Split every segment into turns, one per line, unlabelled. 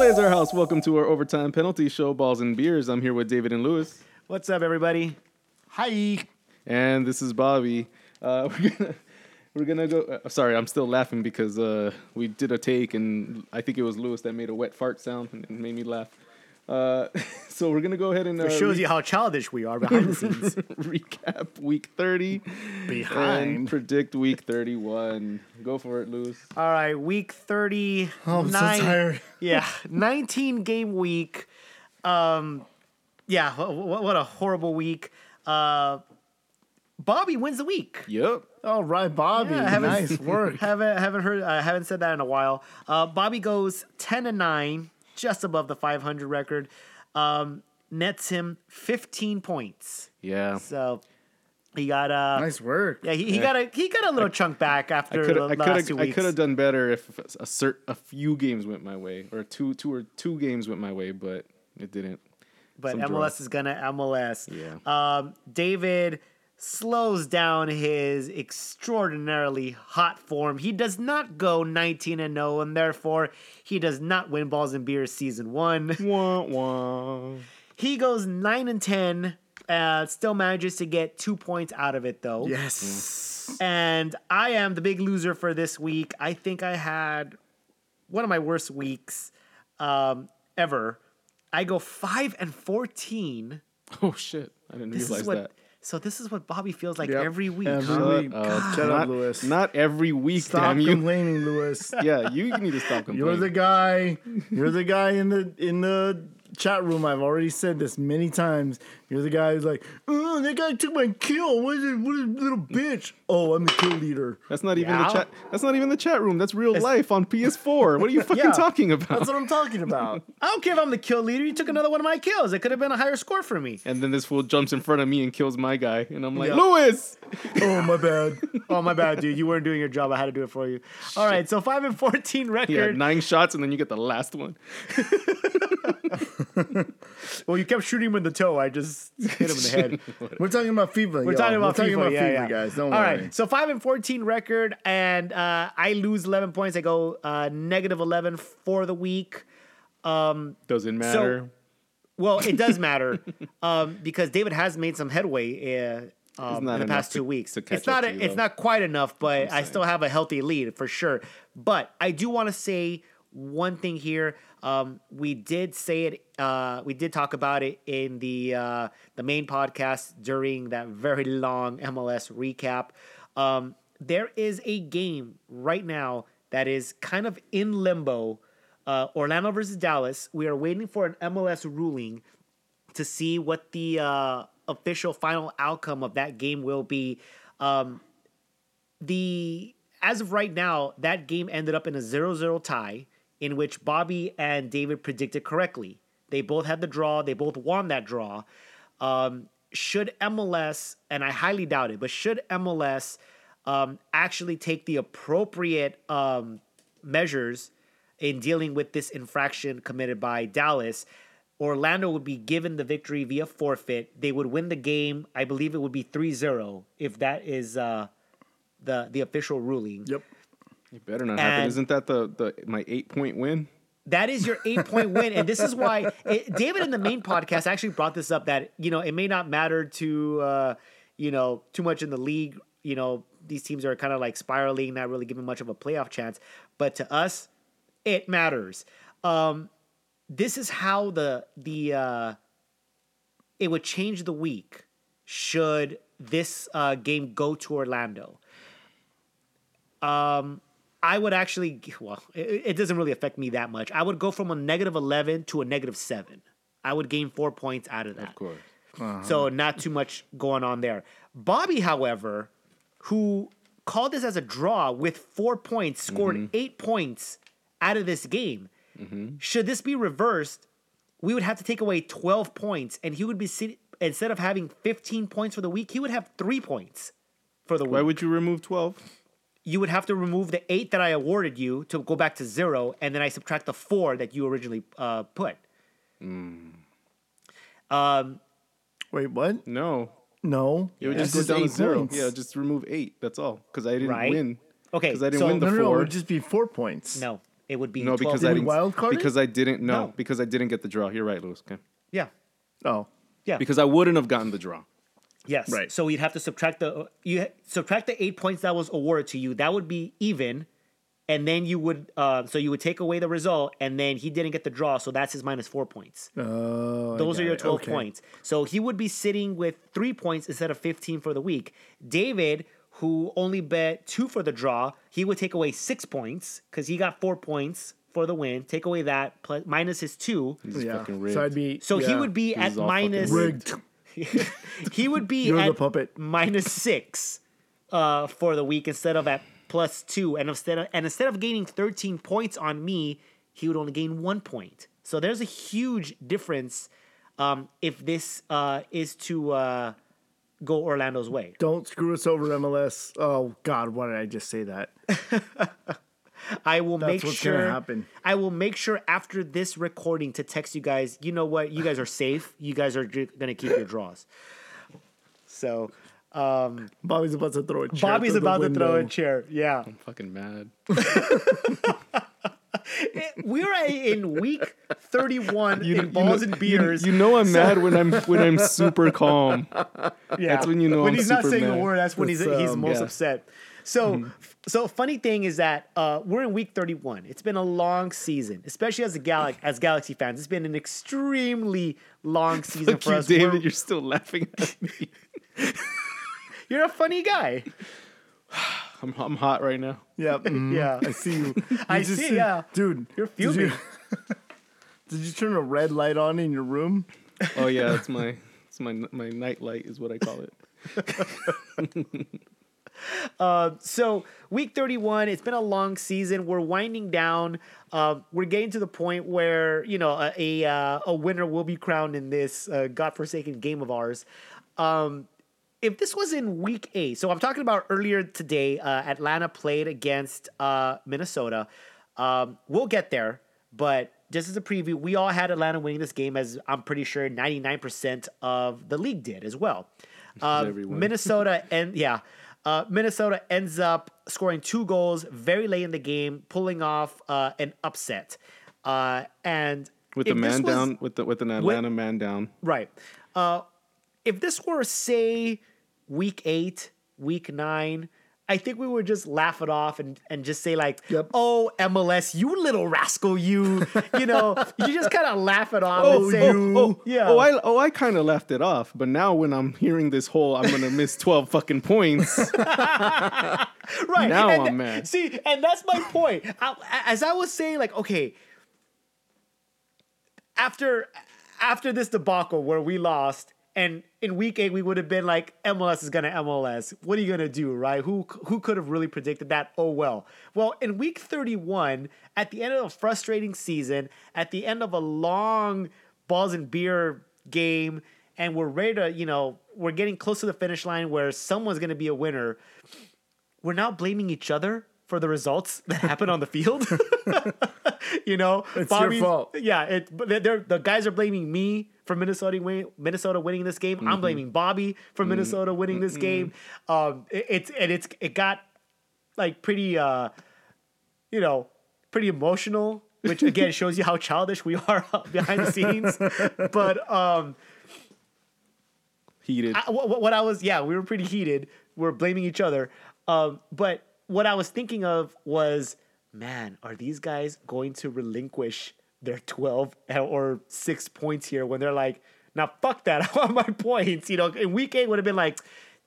Welcome to our overtime penalty show, Balls and Beers. I'm here with David and Lewis,
What's up, everybody?
Hi.
and this is Bobby. Uh, we're gonna we're gonna go. Uh, sorry, I'm still laughing because uh, we did a take, and I think it was Lewis that made a wet fart sound and it made me laugh. Uh, so we're gonna go ahead and uh,
It shows you how childish we are behind the scenes.
re- recap week 30 and
Behind.
predict week 31. Go for it, Lewis.
All right, week 30.
Oh, I'm so tired.
Yeah, 19 game week. Um, yeah, wh- wh- what a horrible week. Uh, Bobby wins the week.
Yep.
All Oh, right, Bobby.
Yeah, I haven't-
nice work.
haven't haven't heard I haven't said that in a while. Uh, Bobby goes ten and nine, just above the five hundred record. Um, nets him fifteen points.
Yeah.
So he got uh
nice work.
yeah he, he got a he got a little chunk back
I
after
could
the
I
last two
could I
weeks.
could have done better if a cer- a few games went my way or two two or two games went my way, but it didn't.
but
some
MLS
draw.
is gonna MLS.
Yeah.
Um, David slows down his extraordinarily hot form. He does not go 19 and 0 and therefore he does not win balls and beers season 1.
Wah, wah.
He goes nine and ten. Uh, still manages to get two points out of it though.
Yes.
And I am the big loser for this week. I think I had one of my worst weeks um, ever. I go five and fourteen.
Oh shit! I didn't
This
realize
is what.
that.
So this is what Bobby feels like
Yep.
every week.
Every
huh?
week.
Uh,
God, shut
not,
up, Lewis.
Not every week,
Stop
damn you.
complaining, Lewis.
yeah, you need to stop complaining.
You're the guy. You're the guy in the in the chat room. I've already said this many times. You're the guy who's like, "Oh, that guy took my kill. What is it? What a little bitch." Oh, I'm the kill leader.
that's not even
Yeah.
the chat. That's not even the chat room. That's real life on PS4. What are you fucking
Yeah,
talking about?
That's what I'm talking about.
I don't care if I'm the kill leader. You took another one of my kills. It could have been a higher score for me.
and then this fool jumps in front of me and kills my guy, and I'm like,
Yeah.
Lewis.
oh, my bad.
Oh my bad, dude. You weren't doing your job. I had to do it for you. All right. So five and fourteen record.
Yeah, nine shots, and then you get the last one.
Well, you kept shooting him in the toe. I just hit him in the head.
We're talking about FIFA.
We're talking about
we're
FIFA,
talking about
yeah,
FIFA,
yeah.
guys. Don't
All
worry.
right, so five and fourteen record, and uh, I lose eleven points. I go uh, negative eleven for the week. Um,
Doesn't matter.
Well, it does matter um, because David has made some headway uh, um,
not
in the
enough
past
to-
two weeks.
to catch
it's not
up to you,
it's
though.
not quite enough, but I still have a healthy lead for sure. But I do want to say one thing here. Um, we did say it. Uh, we did talk about it in the uh, the main podcast during that very long MLS recap. Um, there is a game right now that is kind of in limbo. Uh, Orlando versus Dallas. We are waiting for an MLS ruling to see what the uh, official final outcome of that game will be. Um, the as of right now, that game ended up in a 0-0 tie in which Bobby and David predicted correctly. They both had the draw. They both won that draw. Um, should MLS and I highly doubt it, but should MLS um, actually take the appropriate um, measures in dealing with this infraction committed by Dallas, Orlando would be given the victory via forfeit. They would win the game. I believe it would be 3-0 if that is uh, the the official ruling.
Yep.
It better not happen.
And-
Isn't that the, the my eight point win?
That is your eight point win, and this is why it, David in the main podcast actually brought this up that you know it may not matter to uh, you know too much in the league. You know these teams are kind of like spiraling, not really giving much of a playoff chance, but to us, it matters. Um, this is how the the uh, it would change the week should this uh, game go to Orlando. Um, I would actually, well, it, it doesn't really affect me that much. I would go from a negative 11 to a negative 7. I would gain four points out of that.
course.
So not too much going on there. Bobby, however, who called this as a draw with four points, scored eight points out of this game. Should this be reversed, we would have to take away 12 points, and he would be sit- instead of having 15 points for the week, he would have three points for the week
Why would you remove twelve?
you would have to remove the eight that I awarded you to go back to zero, and then I subtract the four that you originally uh, put. Um,
Wait, what?
No,
No.
it would
This
just go
is
down to
eight
zero.
points.
Yeah, just remove eight. That's all. Because I didn't
Right.
win.
Okay,
Because I didn't
so-
win the
no, no, no, it
four.
would just be four points.
no, It would be
No,
12
because I
we
didn't.
wild card it?
because I didn't. No,
No.
because I didn't get the draw. You're right, Louis. Okay.
Yeah.
Oh,
Yeah.
Because I wouldn't have gotten the draw.
Yes.
Right.
So you'd have to subtract the you subtract the eight points that was awarded to you. That would be even, and then you would uh, so you would take away the result, and then he didn't get the draw, so that's his minus four points.
oh, I
Those are
got
your
it.
twelve
Okay.
points. So he would be sitting with three points instead of fifteen for the week. David, who only bet two for the draw, he would take away six points because he got four points for the win. Take away that plus minus his two.
This is
yeah.
fucking rigged.
So I'd be
So he
yeah.
would be
This
at
is all fucking
minus
rigged.
he would be
You're the
at
puppet.
minus six uh, for the week instead of at plus two, and instead of, and instead of gaining thirteen points on me, he would only gain one point. So there's a huge difference um, if this uh, is to uh, go Orlando's way.
Don't screw us over, MLS. Oh God, why did I just say that?
I will
That's
make
what's
sure
gonna happen.
I will make sure after this recording to text you guys. You know what? You guys are safe. You guys are ju- gonna keep your draws. So um,
Bobby's about to throw a chair.
Bobby's
through the
about to throw a
window.
chair. Yeah.
fucking mad.
We're at- in week 31 in balls and beers.
You know I'm mad when I'm when I'm super calm.
yeah.
that's when you know
When
I'm
he's not
super
saying a
mad.
word, that's when he's
That's,
he's
um,
most
yeah. Mm-hmm.
upset. So, so funny thing is that uh, we're in week 31. It's been a long season, especially as a Gal- as Galaxy fans. It's been an extremely long season
Fuck
for
you,
us.
David.
We're-
You're still laughing at me.
you're a funny guy.
I'm I'm hot right now.
Yep.
Mm-hmm.
mhm.
Yeah.
I see you.
I
You just
see, yeah.
dude.
You're
did you-
fuming.
Did you turn a red light on in your room?
Oh yeah, that's my that's my my night light is what I call it.
So week 31, it's been a long season. We're winding down. Uh, we're getting to the point where you know a a, uh, a winner will be crowned in this uh, godforsaken game of ours. Um, if this was in week eight, so I'm talking about earlier today, uh, Atlanta played against uh, Minnesota. Um, we'll get there, but just as a preview, we all had Atlanta winning this game, as I'm pretty sure 99% of the league did as well. Um,
everyone.
Minnesota and yeah, uh, Minnesota ends up scoring two goals very late in the game, pulling off uh, an upset. Uh, and
With the
if this
man
was-
down, with the with an Atlanta man down.
Right. Uh, if this were, say, week eight, week nine, I think we would just laugh it off and, and just say, like,
Yep.
oh, MLS, you little rascal, you. You know, you just kind of laugh it off and say,
oh,
yeah.
oh, I, oh, I kind of left it off, but now when I'm hearing this whole, I'm gonna miss twelve fucking points.
right.
Now
and
I'm
tha-
mad.
See, and that's my point. I, as I was saying, like, okay, after after this debacle where we lost, and in week eight we would have been like, MLS is gonna MLS. What are you gonna do, right? Who who could have really predicted that? Oh well. Well, in week thirty one, at the end of a frustrating season, at the end of a long balls and beer game. And we're ready to, you know, we're getting close to the finish line where someone's going to be a winner we're now blaming each other for the results that happen on the field. you know,
It's your fault.
Yeah, it. But they're, they're- the guys are blaming me for Minnesota win, Minnesota winning this game.
Mm-hmm.
I'm blaming Bobby for Minnesota winning this game. Um, it- it's and it's it got like pretty, uh, you know, pretty emotional. Which again shows you how childish we are behind the scenes. But um,
Heated.
I- what, what I was, yeah, we were pretty heated. We are blaming each other. Um, but what I was thinking of was, man, are these guys going to relinquish their 12 or six points here when they're like, now fuck that, I want my points. You know, in week eight would have been like,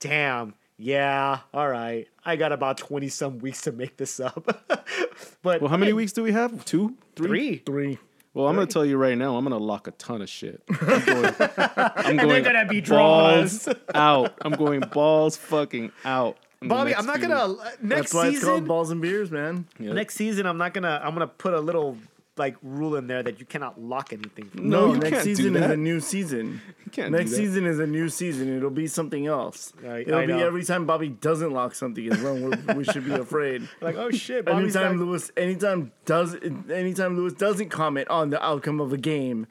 damn, yeah, all right, I got about 20 some weeks to make this up. but
well, how many weeks do we have? Two, three.
Three.
Three.
Well, I'm gonna tell you right now, I'm gonna lock a ton of shit. I'm going, I'm
they're
going
gonna be draws.
balls out. I'm going balls fucking out. in the
Bobby,
next
I'm not
few
gonna uh,
weeks.
next
That's why it's
season.
called balls and beers, man.
Yeah.
Next season, I'm not gonna. I'm gonna put a little like rule in there that you cannot lock anything. From.
No,
No,
you
next
can't do
season is
that.
a new season.
can't do
next
that.
season is a new season. It'll be something else.
I-
It'll
I
be
know.
every time Bobby doesn't lock something is wrong. we're- we should be afraid.
Like oh shit, Bobby's
Anytime
back.
Lewis, anytime does, anytime Lewis doesn't comment on the outcome of a game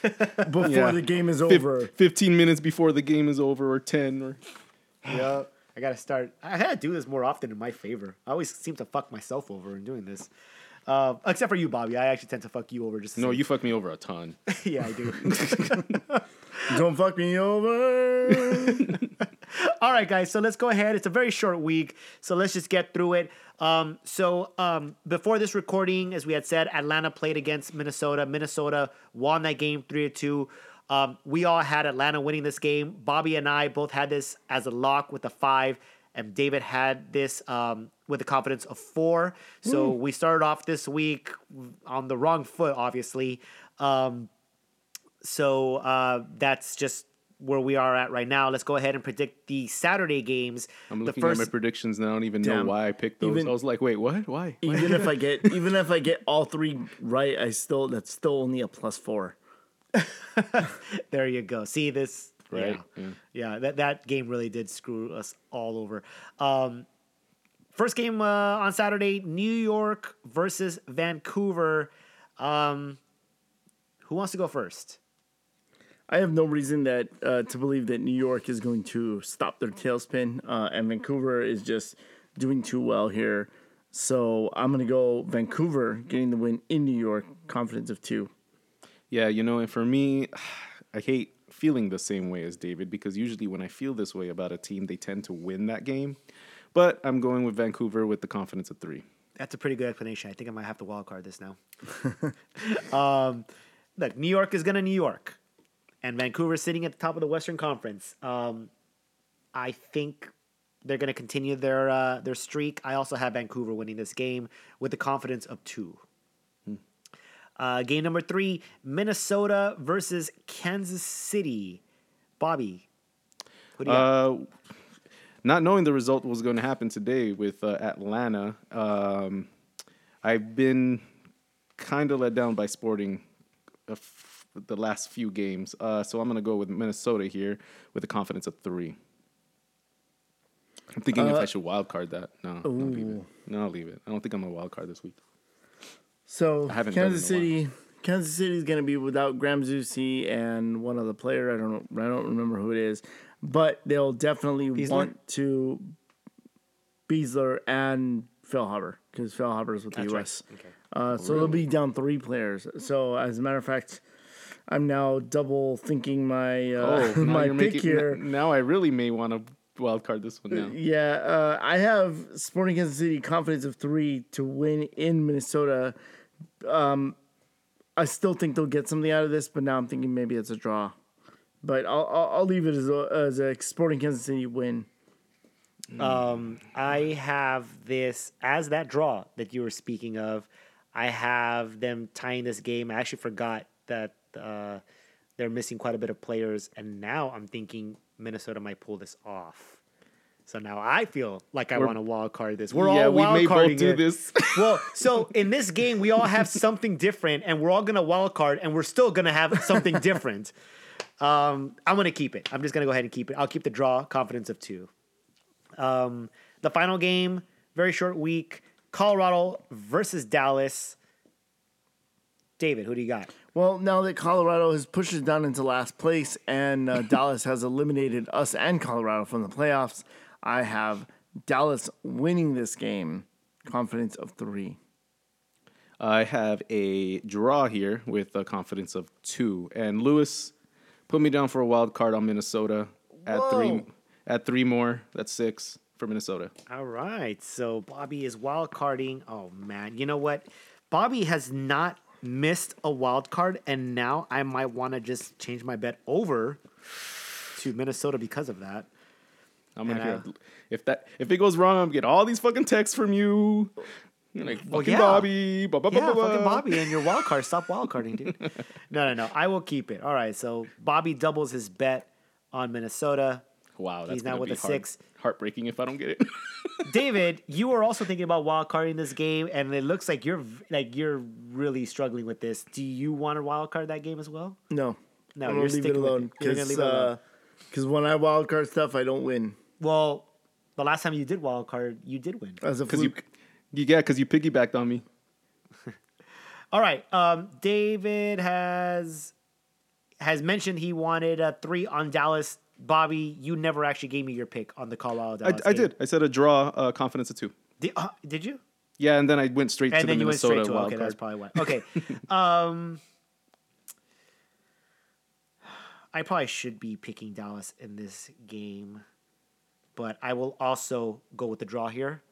before
Yeah.
the game is
Fif-
over,
Fifteen minutes before the game is over, or ten, or
Yeah, I gotta start. I gotta do this more often in my favor. I always seem to fuck myself over in doing this. Uh, except for you, Bobby. I actually tend to fuck you over just the
No,
same.
you fucked me over a ton.
yeah, I do.
Don't fuck me over.
All right, guys. So let's go ahead. It's a very short week, so let's just get through it. Um, so um, before this recording, as we had said, Atlanta played against Minnesota. Minnesota won that game three to two. Um, we all had Atlanta winning this game. Bobby and I both had this as a lock with a five, and David had this um, with a confidence of four. So we started off this week on the wrong foot, obviously. Um, so uh, that's just where we are at right now. Let's go ahead and predict the Saturday games.
I'm
the
looking
first,
at my predictions now. I don't even
Damn.
know why I picked those.
Even-
I was like, wait, what? Why? Why?
even if I get even if I get all three right, I still that's still only a plus four.
there you go. See this,
Right,
Yeah,
yeah.
yeah. That that game really did screw us all over. Um, first game uh, on Saturday: New York versus Vancouver. Um, who wants to go first?
I have no reason that uh, to believe that New York is going to stop their tailspin, uh, and Vancouver is just doing too well here. So I'm gonna go Vancouver getting the win in New York, confidence of two.
Yeah, you know, and for me, I hate feeling the same way as David because usually when I feel this way about a team, they tend to win that game. But I'm going with Vancouver with the confidence of three.
That's a pretty good explanation. I think I might have to wild card this now. um, look, New York is going to New York, and Vancouver's sitting at the top of the Western Conference. Um, I think they're going to continue their uh, their streak. I also have Vancouver winning this game with the confidence of two. Uh, game number three: Minnesota versus Kansas City. Bobby, what do you got?
Uh, not knowing the result was going to happen today with uh, Atlanta, um, I've been kind of let down by Sporting uh, f- the last few games. Uh, so I'm going to go with Minnesota here with a confidence of three. I'm thinking if
Uh,
I should wild card that. No, I'll leave it. No, I'll leave it. I don't think I'm going to wild card this week.
So
I haven't done
Kansas
it in a while.
City, Kansas City is going to be without Graham Zusi and one other player. I don't I don't remember who it is, but they'll definitely want to Beasler and Phil Huber because Phil Huber is with the U.S. Uh, so they'll be down three players. So as a matter of fact, I'm now double thinking my uh,
Oh, now
my
you're
pick
making,
here.
n- Now I really may want to wild card this one now.
Yeah, uh, I have Sporting Kansas City confidence of three to win in Minnesota. Um, I still think they'll get something out of this, but now I'm thinking maybe it's a draw. But I'll I'll, I'll leave it as a, as a Sporting Kansas City win.
Um, I have this as that draw that you were speaking of. I have them tying this game. I actually forgot that uh, they're missing quite a bit of players, and now I'm thinking Minnesota might pull this off. So now I feel like I want to wild card this. We're
yeah,
all
we
wild
may
carding
both do
it.
this.
Well, so in this game, we all have something different, and we're all gonna wild card, and we're still gonna have something different. Um, I'm gonna keep it. I'm just gonna go ahead and keep it. I'll keep the draw, confidence of two. Um, the final game, very short week. Colorado versus Dallas. David, who do you got?
Well, now that Colorado has pushed us down into last place and uh, Dallas has eliminated us and Colorado from the playoffs, I have Dallas winning this game. Confidence of three.
I have a draw here with a confidence of two. And Lewis put me down for a wild card on Minnesota at three
Whoa.
at three more. That's six for Minnesota.
All right. So Bobby is wild carding. Oh man, you know what? Bobby has not missed a wild card, and now I might want to just change my bet over to Minnesota because of that.
I'm gonna
And,
hear if that if it goes wrong, I'm gonna get all these fucking texts from you. You're like fucking
yeah.
Bobby. Ba, ba, ba,
Yeah,
ba, ba.
fucking Bobby and your wild card. Stop wild carding, dude. No, no, no. I will keep it. All right. So Bobby doubles his bet on Minnesota.
Wow, that's
He's now
gonna
with
be
a
hard-
six.
Heartbreaking if I don't get it.
David, you were also thinking about wild carding this game, and it looks like you're v- like you're really struggling with this. Do you want to wild card that game as well?
No.
No,
I'm gonna
you're
leave it
sticking with
alone.
it. You're gonna leave
Because
it alone.
when I wildcard stuff, I don't win.
Well, the last time you did wild card, you did win.
As a
Because you,
fluke.
you yeah, because you piggybacked on me.
Oh, All right. Um, David has has mentioned he wanted a three on Dallas. Bobby, you never actually gave me your pick on the Colorado
I,
Dallas.
I
game.
did. I said a draw, uh, confidence of two.
Did, uh, did you?
Yeah, and then I went straight to
and
the
then you went
Minnesota
straight to
wild
okay.
card.
That's probably why. Okay, um, I probably should be picking Dallas in this game, but I will also go with the draw here,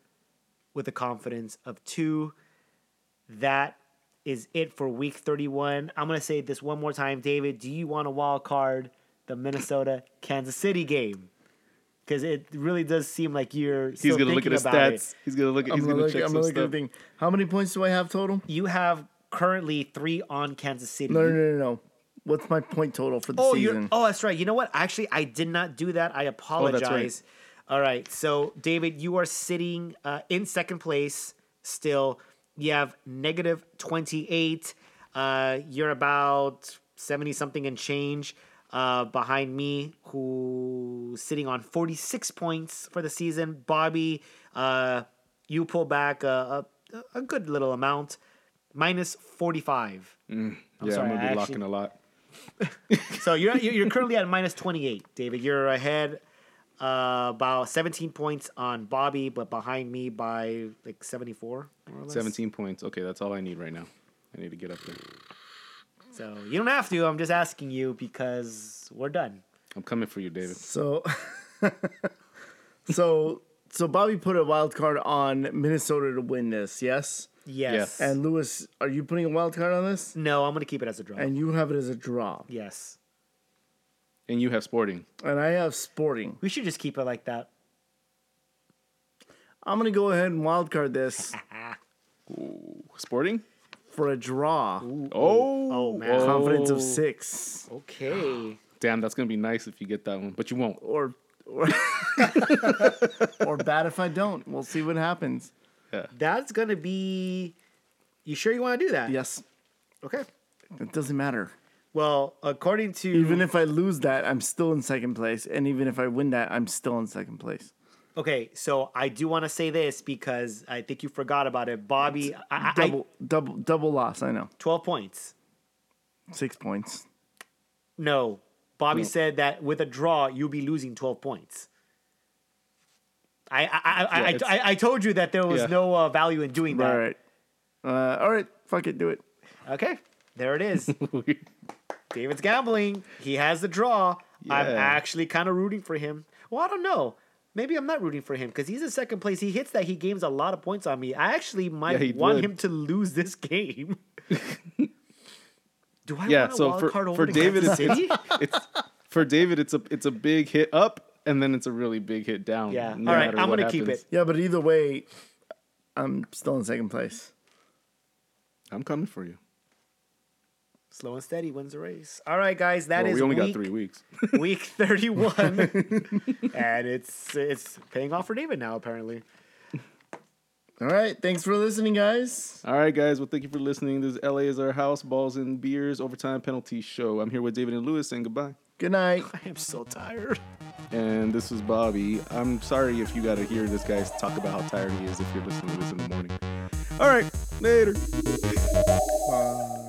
with a confidence of two. That is it for Week Thirty One. I'm gonna say this one more time, David. Do you want a wild card the Minnesota Kansas City game? Because it really does seem like you're.
He's
Still
gonna look at
thinking
his
about
stats.
it.
He's gonna look. At,
I'm
he's
gonna,
gonna
look,
check
I'm
some
gonna look at the
stuff.
thing. How many points do I have total?
You have currently three on Kansas City.
No, no, no, no. no. What's my point total for the
oh, you're,
season?
oh, that's right. You know what? Actually, I did not do that. I
Oh, right.
apologize. All right. So, David, you are sitting uh, in second place still. You have negative 28. Uh, you're about 70 something and change uh, behind me, who's sitting on 46 points for the season. Bobby, uh, you pull back a, a, a good little amount, minus 45. I'm
Mm, yeah,
sorry,
I'm gonna be
I
locking
actually-
a lot.
So you're you're you're currently at minus 28, David. You're ahead uh, about 17 points on Bobby, but behind me by like 74 more or less.
17 points. Okay, that's all I need right now. I need to get up there.
So you don't have to. I'm just asking you because we're done.
I'm coming for you, David.
So, so, so Bobby put a wild card on Minnesota to win this. Yes.
Yes.
And Lewis, are you putting a wild card on this?
no, I'm gonna keep it as a draw.
And you have it as a draw.
yes.
And you have Sporting.
And I have Sporting.
We should just keep it like that.
I'm gonna go ahead and wild card this
Sporting?
for a draw.
Oh,
oh, man.
Confidence of six.
Okay.
Damn, that's gonna be nice if you get that one, but you won't.
Or or, or bad if I don't. We'll see what happens.
That's gonna be. You sure you want to do that?
Yes.
Okay.
It doesn't matter.
Well, according to
Even if I lose that, I'm still in second place. And even if I win that, I'm still in second place.
okay, so I do want to say this because I think you forgot about it, Bobby. I- I, I,
Double double double loss, I know.
12 points.
Six points.
No. Bobby said that with a draw, you'll be losing 12 points. I I, I,
Yeah,
I,
it's-
I, I told you that there was
Yeah.
no uh, value in doing that.
All right. Uh, all right. Fuck it. Do it.
Okay. There it is. David's gambling. He has the draw. I'm
Yeah.
actually kind of rooting for him. Well, I don't know. Maybe I'm not rooting for him because he's in second place. He hits that. He gains a lot of points on me. I actually might
Yeah, he
want
would.
him to lose this game. Do I
Yeah,
want a
so
wild
for-
card
for
over to
David,
Kansas
it's-
City?
It's for David. It's a it's a big hit up, and then it's a really big hit down.
Yeah.
no
All right,
matter
I'm
what
gonna keep
happens.
it.
Yeah, but either way, I'm still in second place.
I'm coming for you.
Slow and steady wins the race. All right, guys, that
Well,
is
we only
week,
got three weeks.
week 31. and it's it's paying off for David now, apparently.
All right. Thanks for listening, guys.
All right, guys. Well, thank you for listening. This is LA is our house, balls and beers, overtime penalty show. I'm here with David and Lewis saying goodbye.
Good night.
I am so tired.
And this is Bobby. I'm sorry if you got to hear this guy talk about how tired he is if you're listening to this in the morning. All right, later.
Bye.